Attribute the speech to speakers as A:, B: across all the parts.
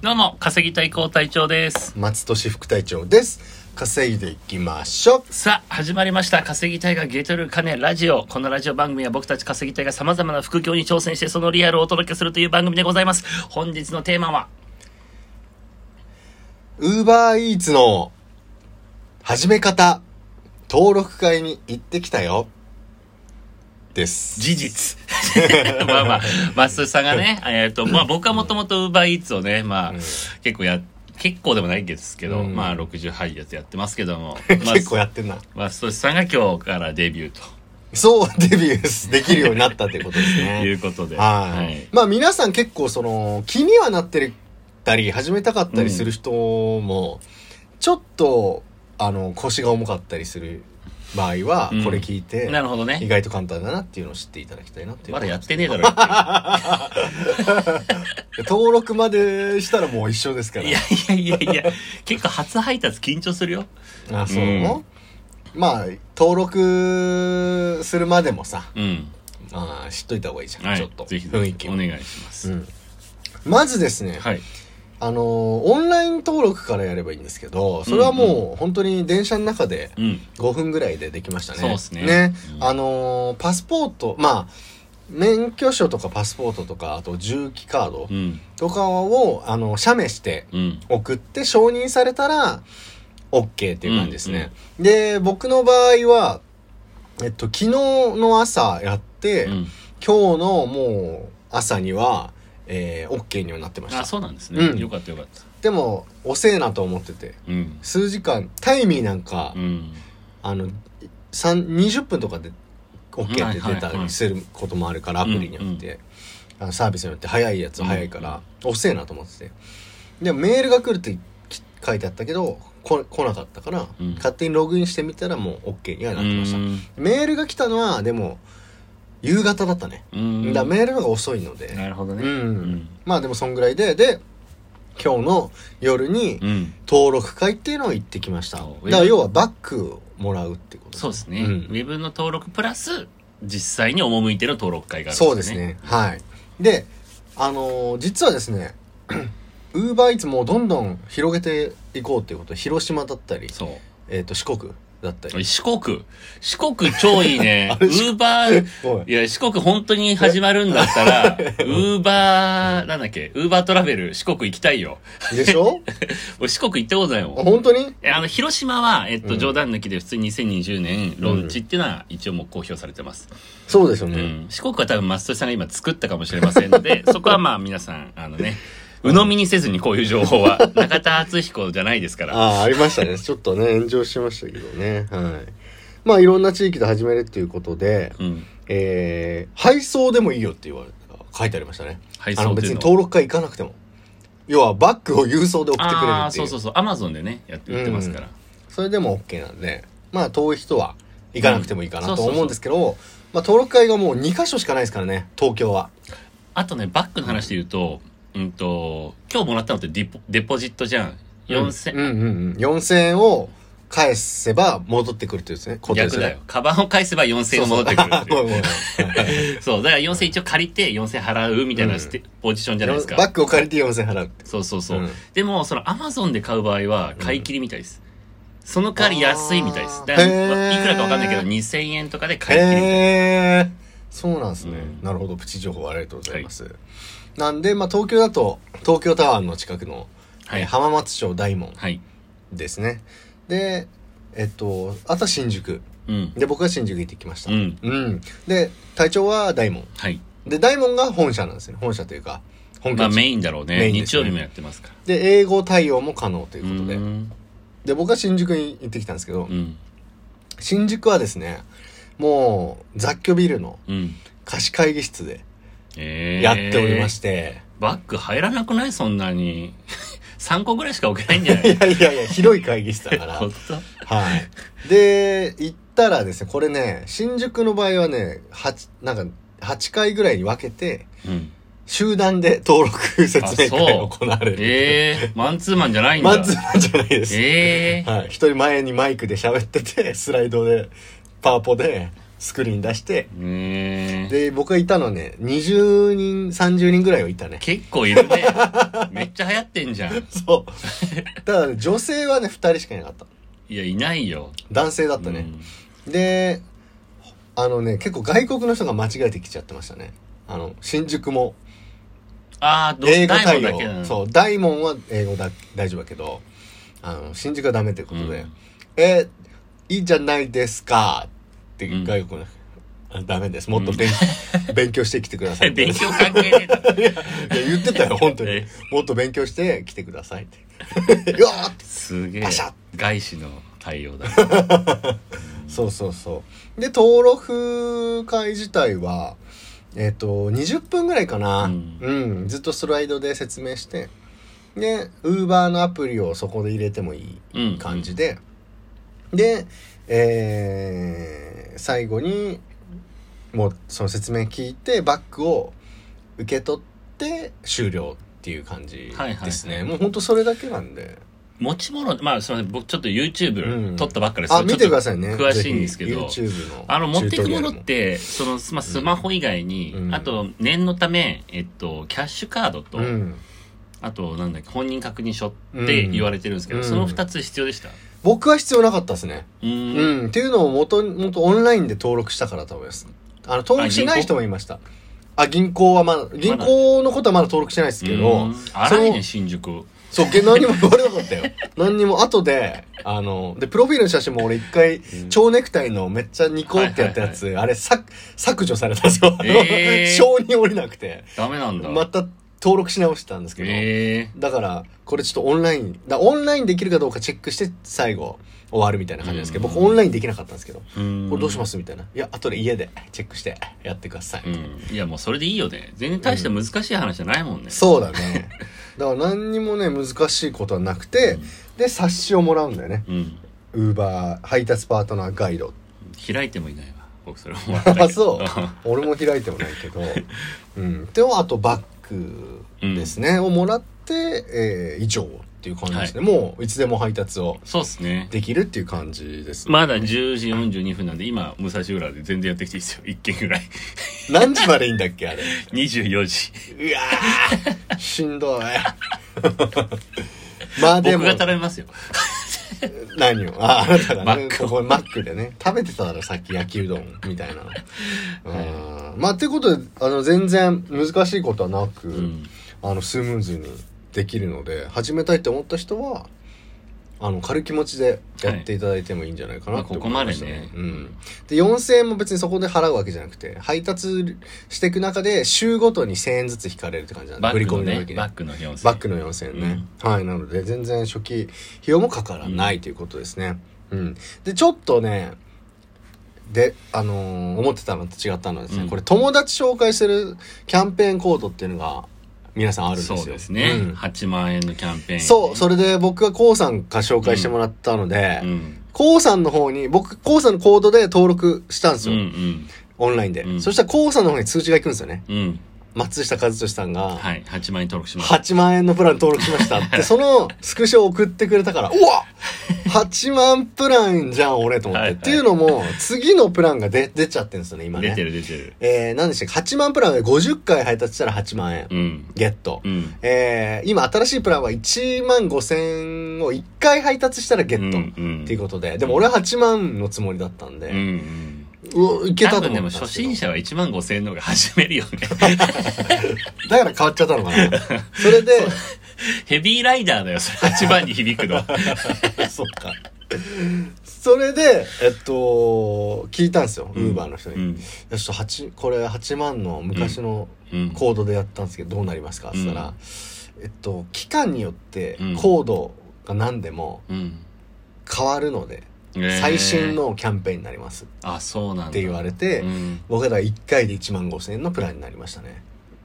A: どうも、稼ぎたい高隊長です。
B: 松戸市副隊長です稼いでいきましょう
A: さあ、始まりました。稼ぎたいがゲートル金ラジオ。このラジオ番組は僕たち稼ぎたいが様々な副業に挑戦してそのリアルをお届けするという番組でございます。本日のテーマは、
B: ウーバーイーツの始め方登録会に行ってきたよです
A: 事実。 まあまあ、マッスーさんがね、えっと、まあ僕はもともとウーバーイーツをね、まあ、結構や、結構でもないですけど、
B: うん、
A: まあ60杯やつやってますけども
B: 結構やってんな
A: マッスーさんが今日からデビューと。
B: そうデビューできるようになったってことで す
A: とい
B: ね
A: うことで。
B: はい、まあ皆さん結構その気にはなってたり始めたかったりする人も、ちょっとあの腰が重かったりする場合は
A: うん
B: これ聞いて、
A: なるほど
B: 意
A: ね。
B: 外と簡単だなっていうのを知っていただきたいなっていう
A: まだやってねえだろ。
B: 登録までしたらもう一緒ですから
A: いやいやいやいや、結構初配達緊張するよ。
B: あそう、まあ登録するまでもさ、
A: うん。
B: まあ、知っといた方がいいじゃん、
A: はい。
B: ちょっと
A: ぜひ
B: 雰囲気
A: お
B: も、
A: 願いします。
B: うんまずですね、
A: はい。
B: あのーオンライン登録からやればいいんですけどそれはもう本当に電車の中で
A: うん。
B: 5分ぐらいでできましたね
A: そうっすねうん
B: あのーパスポートまあ免許証とかパスポートとかあと重機カード
A: うん。
B: とかを、あの写メして
A: うん。
B: 送って承認されたら OK っていう感じですね、で僕の場合は、えっと、昨日の朝やって、
A: うん
B: 今日のもう朝には、えー、OK にはなってまし
A: あ、
B: た
A: そうなんですね。
B: うん
A: よかったよかった。
B: でも遅えなと思ってて
A: うん。
B: 数時間タイミーなんか、
A: うん。
B: あの3 20分とかで OK って出た
A: はいはいはい
B: りすることもあるからアプリによって、あのサービスによって早いやつは早いから、遅えなと思っててでもメールが来るってき書いてあったけどこ来なかったから、
A: うん
B: 勝手にログインしてみたらもう OK にはなってました、
A: うん
B: メールが来たのはでも夕方だったね、
A: うん。
B: だからメールの方が遅いので、
A: なるほど
B: うん
A: ね。うん。
B: まあでもそんぐらいでで今日の夜に
A: うん。
B: 登録会っていうのを行ってきましただ
A: そ
B: か
A: う
B: ら要はバッグをもらうってこと
A: そうですね。ウ
B: うん
A: ェブの登録プラス、実際に赴いての登録会がある
B: そ
A: ん
B: うです。ね。はい。で、あのー実はですね、 ウーバーイーツもどんどん広げていこうっていうことで、広島だったり、
A: そう。
B: えっ、と、四国だったり。
A: 四国。四国超いい ね。ウ
B: れ
A: ーバー、
B: おい
A: いや、四国本当に始まるんだった ら、ウーバー、なんだっけ、ウーバートラベル、四国行きたいよ。
B: でしょ
A: 俺四国行ったことない
B: あ
A: もん。
B: 本当に
A: えあの、広島は、えっ
B: う
A: と、
B: ん
A: 冗談抜きで普通に2020年、ローンチっていうのは一応もう公表されてます。
B: そうですよ
A: う
B: ね。
A: ん。四国は多分、マストさんが今作ったかもしれませんの で、そこはまあ皆さん、あのね、鵜呑みにせずにこういう情報は、中田敦彦じゃないですから。
B: ああ、ありましたね。 ちょっとね、炎上しましたけどね。はい。まあ、いろんな地域で始めるっていうことで、
A: うん。
B: えー、配送でもいいよって言われ書いてありましたね。
A: 配
B: あの、
A: 送と
B: 別
A: いうの
B: に
A: は。
B: 登録会行かなくても。要は、バッグを郵送で送ってくれるっていう。
A: ああー、そうそうそう。アマゾンでね、やって、売ってますから。
B: それでも OK なんで、まあ遠い人は行かなくてもいいか
A: う
B: なんと思うんですけど、まあ登録会がもう2カ所しかないですからね、東京は。
A: あとね、バッグの話で言うと、うんと、今日もらったのってディポデポジットじゃん。4000、
B: うんうんうん。4000円を返せば戻ってくるっていうですね、ことです
A: 逆
B: ね
A: だよ。。カバンを返せば4000円戻ってくるって
B: そう
A: い
B: そう
A: う。 そう、だから4000一応借りて4000払うみたいなステ、ポジションじゃないです
B: バ
A: か。
B: ッグを借りて4000円払う。
A: そうそうそう。
B: うん
A: でも、そのアマゾンで買う場合は買い切りみたいです。その代わり安いみたいです。だから
B: あー
A: まあ
B: へー
A: いくらかわかんないけど2000円とかで買い切りみたい。
B: へー。そうなんですね、
A: うん
B: なるほど、プチ情報ありがとうございます。なんで、まあ東京だと、東京タワーの近くの、
A: は
B: えー
A: い。
B: 浜松町大門
A: はい。
B: ですね。で、えっと、あとは新宿。
A: うん。
B: で僕は新宿行ってきました
A: う、ん。
B: うんで隊長は大門
A: はい。
B: で大門が本社なんですね本社というか本
A: ま
B: 拠
A: あ
B: 地、
A: メインだろうね。
B: メインです
A: 日
B: ね
A: 曜日もやってますから。
B: で英語対応も可能といううことで、
A: ん。
B: で僕は新宿に行ってきたんですけど、
A: うん。
B: 新宿はですねもう雑居ビルの
A: うん。
B: 貸し会議室で
A: ええ
B: やっておりまして、
A: バッグ入らなくないそんなに。3個ぐらいしか置けないんじゃない
B: いやいやいや広い会議室だから
A: 本
B: はいで行ったらですねこれね新宿の場合はね8なんか8回ぐらいに分けて
A: 当うん。
B: 集団で登録説明会が
A: あ
B: 行われる
A: ええマンツーマンじゃないんだ。
B: マンツーマンじゃないです。
A: ええ
B: はい。一人前にマイクで喋ってて、スライドで、パワポで、スクリーン出して、
A: うん。
B: で、僕がいたのね、20人、30人ぐらいはいたね。
A: 結構いる ね。めっちゃ流行ってんじゃん。
B: そう。ただ、ね、女性はね、2人しかいなかった。
A: いや、いないよ。
B: 男性だったね。で、あのね、結構外国の人が間違えてきちゃってましたね。あの、新宿も
A: ああ、どう
B: 英語
A: 大
B: 対
A: 門だけな
B: 応。
A: の
B: そう、大門は英語だ、大丈夫だけど、あの、新宿はダメということで、
A: うん
B: え、いいじゃないですかって
A: うん
B: 外国の人、あダメです。もっと 勉,、勉強してきてください
A: 勉強関係ねえだろ
B: いやいや言ってたよ、本当に
A: え。
B: もっと勉強して来て くださいって。よーって。
A: すげえ
B: パシャッ。
A: 外資の対応だ。
B: そうそうそう。で、登録会自体は、えっ、と、20分ぐらいかな。
A: う
B: うんん、ずっとスライドで説明して。で、ウーバーのアプリをそこで入れてもい
A: うん
B: い感じで。で、えー最後に、もうその説明聞いて、バッグを受け取って終了っていう感じ
A: はいはい
B: ですね。もう本当それだけなんで。
A: 持ち物、まあすみません、僕ちょっと YouTube
B: うん
A: 撮ったばっかりです。
B: あ、見てくださいね。
A: 詳しいんで
B: ぜひ
A: すけど
B: YouTube の。
A: あの、持っていくものって、その、まあ、スマホ以外に、
B: うん
A: あと、念のため、えっと、キャッシュカードと、
B: うん、
A: あと、なんだっけ、本人確認書って言われてるんですけど、
B: うん
A: その二つ必要でした。
B: 僕は必要なかったですね。
A: う。
B: うんん。っていうのをもともとオンラインで登録したからだと思います。あの、登録してない人もいました。あ、銀行はまだ、銀行のことはまだ登録してないですけど、
A: うん荒い
B: そ
A: ね、
B: の
A: 新宿。
B: そう、げ何も言われなかった よ。何にも後で、あの、で、プロフィールの写真も俺一回、蝶ネクタイのめっちゃニコってやったやつ、あれ削、削除されたんですよ。
A: え ー
B: 承認降りなくて。
A: ダメなんだ。
B: また登録し直してたんですけど。
A: え
B: だから、これちょっとオンライン、だオンラインできるかどうかチェックして最後終わるみたいな感じなんですけど、
A: うん
B: 僕オンラインできなかったんですけど、
A: えー。
B: これどうしますすみたいな。いや、後で家でチェックしてやってください。
A: うん。いや、もうそれでいいよね。全然大して難しい話じゃないもんね。
B: そうだね。 だから何にもね、難しいことはなくて、で、冊子をもらうんだよね。
A: うん。
B: ウーバー配達パートナーガイド。
A: 開いてもいないわ。僕それもらったけど。
B: あ、そう。俺も開いてもないけど。うん。で、あとバッグですね、をもらって、えー以上っていう感じですね。もう、いつでも配達を
A: そうっすね。
B: できるっていう感じですね
A: まだ10時42分なんで、今、武蔵浦で全然やってきていいですよ。1件ぐらい。
B: 何時までいいんだっけあれ。
A: 24時。
B: うわーしんどい。 まあで
A: 僕が、
B: も
A: 食べますよ。
B: 何をあ、あなたが
A: マ
B: ね
A: ッ、クを
B: ここマックでね、食べてただろ、さっき焼きうどんみた いな。うんまあ、ということで、あの、全然難しいことはなく、
A: うん。
B: あの、スムーズにできるので、始めたいと思った人は、あの、軽い気持ちでやっていただいてもいいんじゃないか
A: は
B: な
A: い
B: って思いました
A: まあこ
B: ね。
A: こ
B: まうん。で、4000円も別にそこで払うわけじゃなくて、配達していく中で、週ごとに1000円ずつ引かれるって感じなんで、
A: バ
B: 振り
A: ック
B: 込
A: の
B: みの
A: ね
B: 時、に。
A: バックの4
B: バックの4000円ね、はい。なので、全然初期費用もかからないということですね。うん。で、ちょっとね、で、あのー思ってたのと違ったのはですね、
A: うん
B: これ友達紹介するキャンペーンコードっていうのが、皆さんあるんですよ。
A: そうですね、
B: うん
A: 8万円のキャンペーン。
B: そう、それで僕はコウさんから紹介してもらったので
A: う、ん。
B: コウさんの方に、僕、コウさんのコードで登録したんです
A: うん
B: よ。
A: うん。
B: オンラインで。
A: うん
B: そしたらコウさんの方に通知が行くんですよね。
A: うん。
B: 松下和俊さんが、
A: はい。8万円登録します。
B: 8万円のプラン登録しましたって、そのスクショを送ってくれたから、うわ !8 万プランじゃん、俺と思って。
A: はいはい
B: っていうのも、次のプランが出出ちゃってるんですよね、今ね。
A: 出てる出てる。
B: えー、何でしたっけ ?8 万プランで50回配達したら8万円。
A: うん。
B: ゲット。
A: うん。
B: えー、今新しいプランは1万5千を1回配達したらゲット。
A: うんうん
B: っていうことで。でも俺は8万のつもりだったん
A: うんう
B: で。
A: ん。
B: うお、いけた
A: 多
B: と
A: 分で
B: 思ったん
A: も
B: ですけど
A: 初心者は1万5千円の方が始めるよね。
B: だから変わっちゃったのかな。それで、
A: ヘビーライダーだよ、それ8万に響く の。
B: そっか。それで、えっと、聞いたんですよ。ウーバーの人に。
A: う
B: い
A: ん。
B: やちょっと8、これ8万の昔の
A: うん。
B: コードでやったんですけど、どうなりますかって言った
A: う
B: ら、えっと、期間によって
A: うん
B: コードが何でも
A: うん。
B: 変わるので、
A: ねえ
B: 最新。のキャンペーンになります。
A: あ、そうなんだ。
B: って言われて、
A: うん
B: 僕ら1回で1万5千円のプランになりましたね。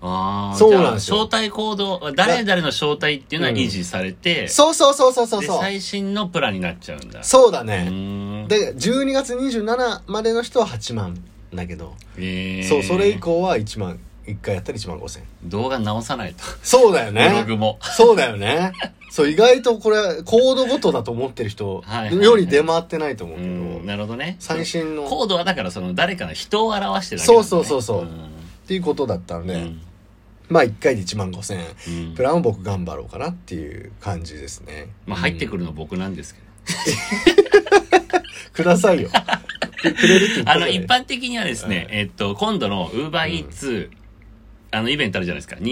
A: ああ。
B: そうなんですよ
A: じゃあ招待コード、誰々の招待っていうのは
B: うん
A: 維持されて、
B: そうそうそうそうそう
A: で、
B: そう。
A: 最新のプランになっちゃうんだ。
B: そうだ
A: う
B: ね。
A: ーん。
B: で、12月27までの人は8万だけど、
A: えー
B: そう、それ以。降は1万、1回やったら1万5千円。
A: 動画直さないと。
B: そうだよ
A: ブロ
B: ね。
A: グも。
B: そうだよね。そう、意外とこれ、コードごとだと思ってる人
A: はいはいはい
B: より出回ってないと思う
A: う
B: けど、
A: んなるほどね
B: 最新のっ
A: コードはだからその誰かの人を表してるだけなんだね
B: そうそうそうそう
A: う
B: ていうことだったので、
A: んうん
B: まあ1回で1万5千円。
A: うん
B: プラン僕頑張ろうかなっていう感じですね。
A: まあ入ってく
B: る。
A: るの僕なんですけど
B: くださいよ。くくれるって言った
A: あ
B: じ
A: の、
B: ゃない
A: 一般的にはですね、えっと、今度の UberEats、あの、イベントあるじゃないですか。
B: うんうん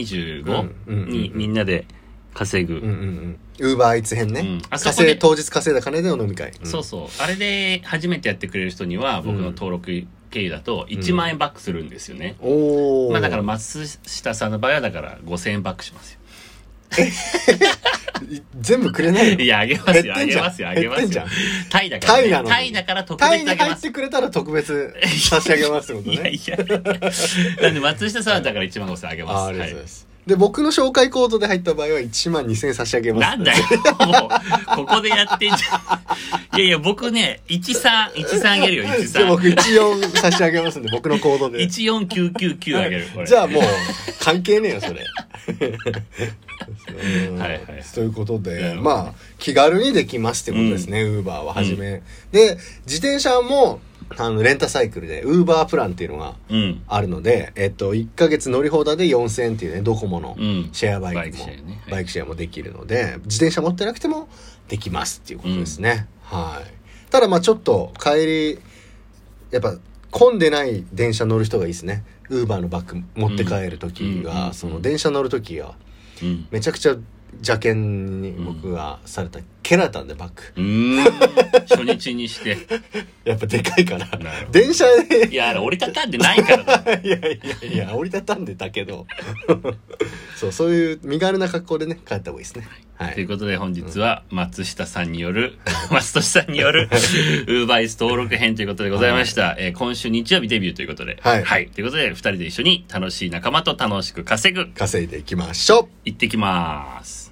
A: 25
B: うん
A: にみんなで稼
B: うん
A: ぐ。
B: うんうん。ウーバーイーツ編ね。
A: うんあそこで
B: 稼い当日稼いだ金での飲み会。うん
A: そうそう。あれで初めてやってくれる人には、僕の登録経由だと1万円バックするんですよね。
B: おお。
A: まあだから松下さんの場合はだから5000円バックしますよ。
B: 全部くれない
A: い
B: よ。
A: や、あげますよ、あ
B: 減ってんじ
A: げ
B: ゃん
A: ますよ、あげま
B: 減ってん
A: す
B: じ
A: よ
B: ゃん。
A: タイだから、
B: タ
A: ね。
B: イなのに
A: タイだから特
B: タイ
A: 別
B: に
A: あげ
B: 入
A: ま
B: っ
A: す。
B: てくれたら特別差し上げますってこ
A: いや
B: とね。
A: いや。なんで松下さんはだから1万5000円あげます。
B: あーありが
A: は
B: とうござい
A: い
B: ます。で、僕の紹介コードで入った場合は1万2000円差し上げます。
A: なんだよ、もう、ここでやってんじゃん。いやいや、僕ね、13、13あげるよ、
B: で、僕
A: 13。
B: 14差し上げま すんで、僕のコードで。
A: 14999あげる、これ。
B: じゃあもう、関係ねえよ、それ。うん
A: はいはいはい
B: ということ
A: なる
B: で
A: ほ、ど
B: まあ、気軽にできますってことですね、ウーバーははじめ。で、自転車も、あの、レンタサイクルで、ウーバープランっていうのが
A: うん。
B: あるので、えっと、1ヶ月乗り放題で4000円っていうね、ドコモの
A: うん。
B: シェアバイクも、
A: バイクシェアねはい
B: バイクシェアもできるので、自転車持ってなくてもできますっていうことですね。はい。ただまあちょっと帰り、やっぱ混んでない電車乗る人がいいですね。ウーバーのバッグ持って帰る時
A: うんうん
B: が、
A: うん
B: その電車乗る時が、
A: うん。
B: めちゃくちゃ邪険に僕がされた、蹴られたんでバッグ。
A: うーん。初日にして。
B: やっぱでかいから。
A: なるほど
B: 電車で、
A: いや、あれ折りたたんでないからだ。
B: いやいやいや、折りたたんでたけど。そう、そういう身軽な格好でね、帰った方がいいですね。はい
A: という。ことで本日は松下さんによる、 松下さんによる、ウーバーイーツ登録編ということでございました。えー今週日曜日デビューということで。
B: はい
A: ということで、二人で一緒に楽しい仲間と楽しく稼ぐ、
B: 稼いでいきましょう
A: 行ってきます。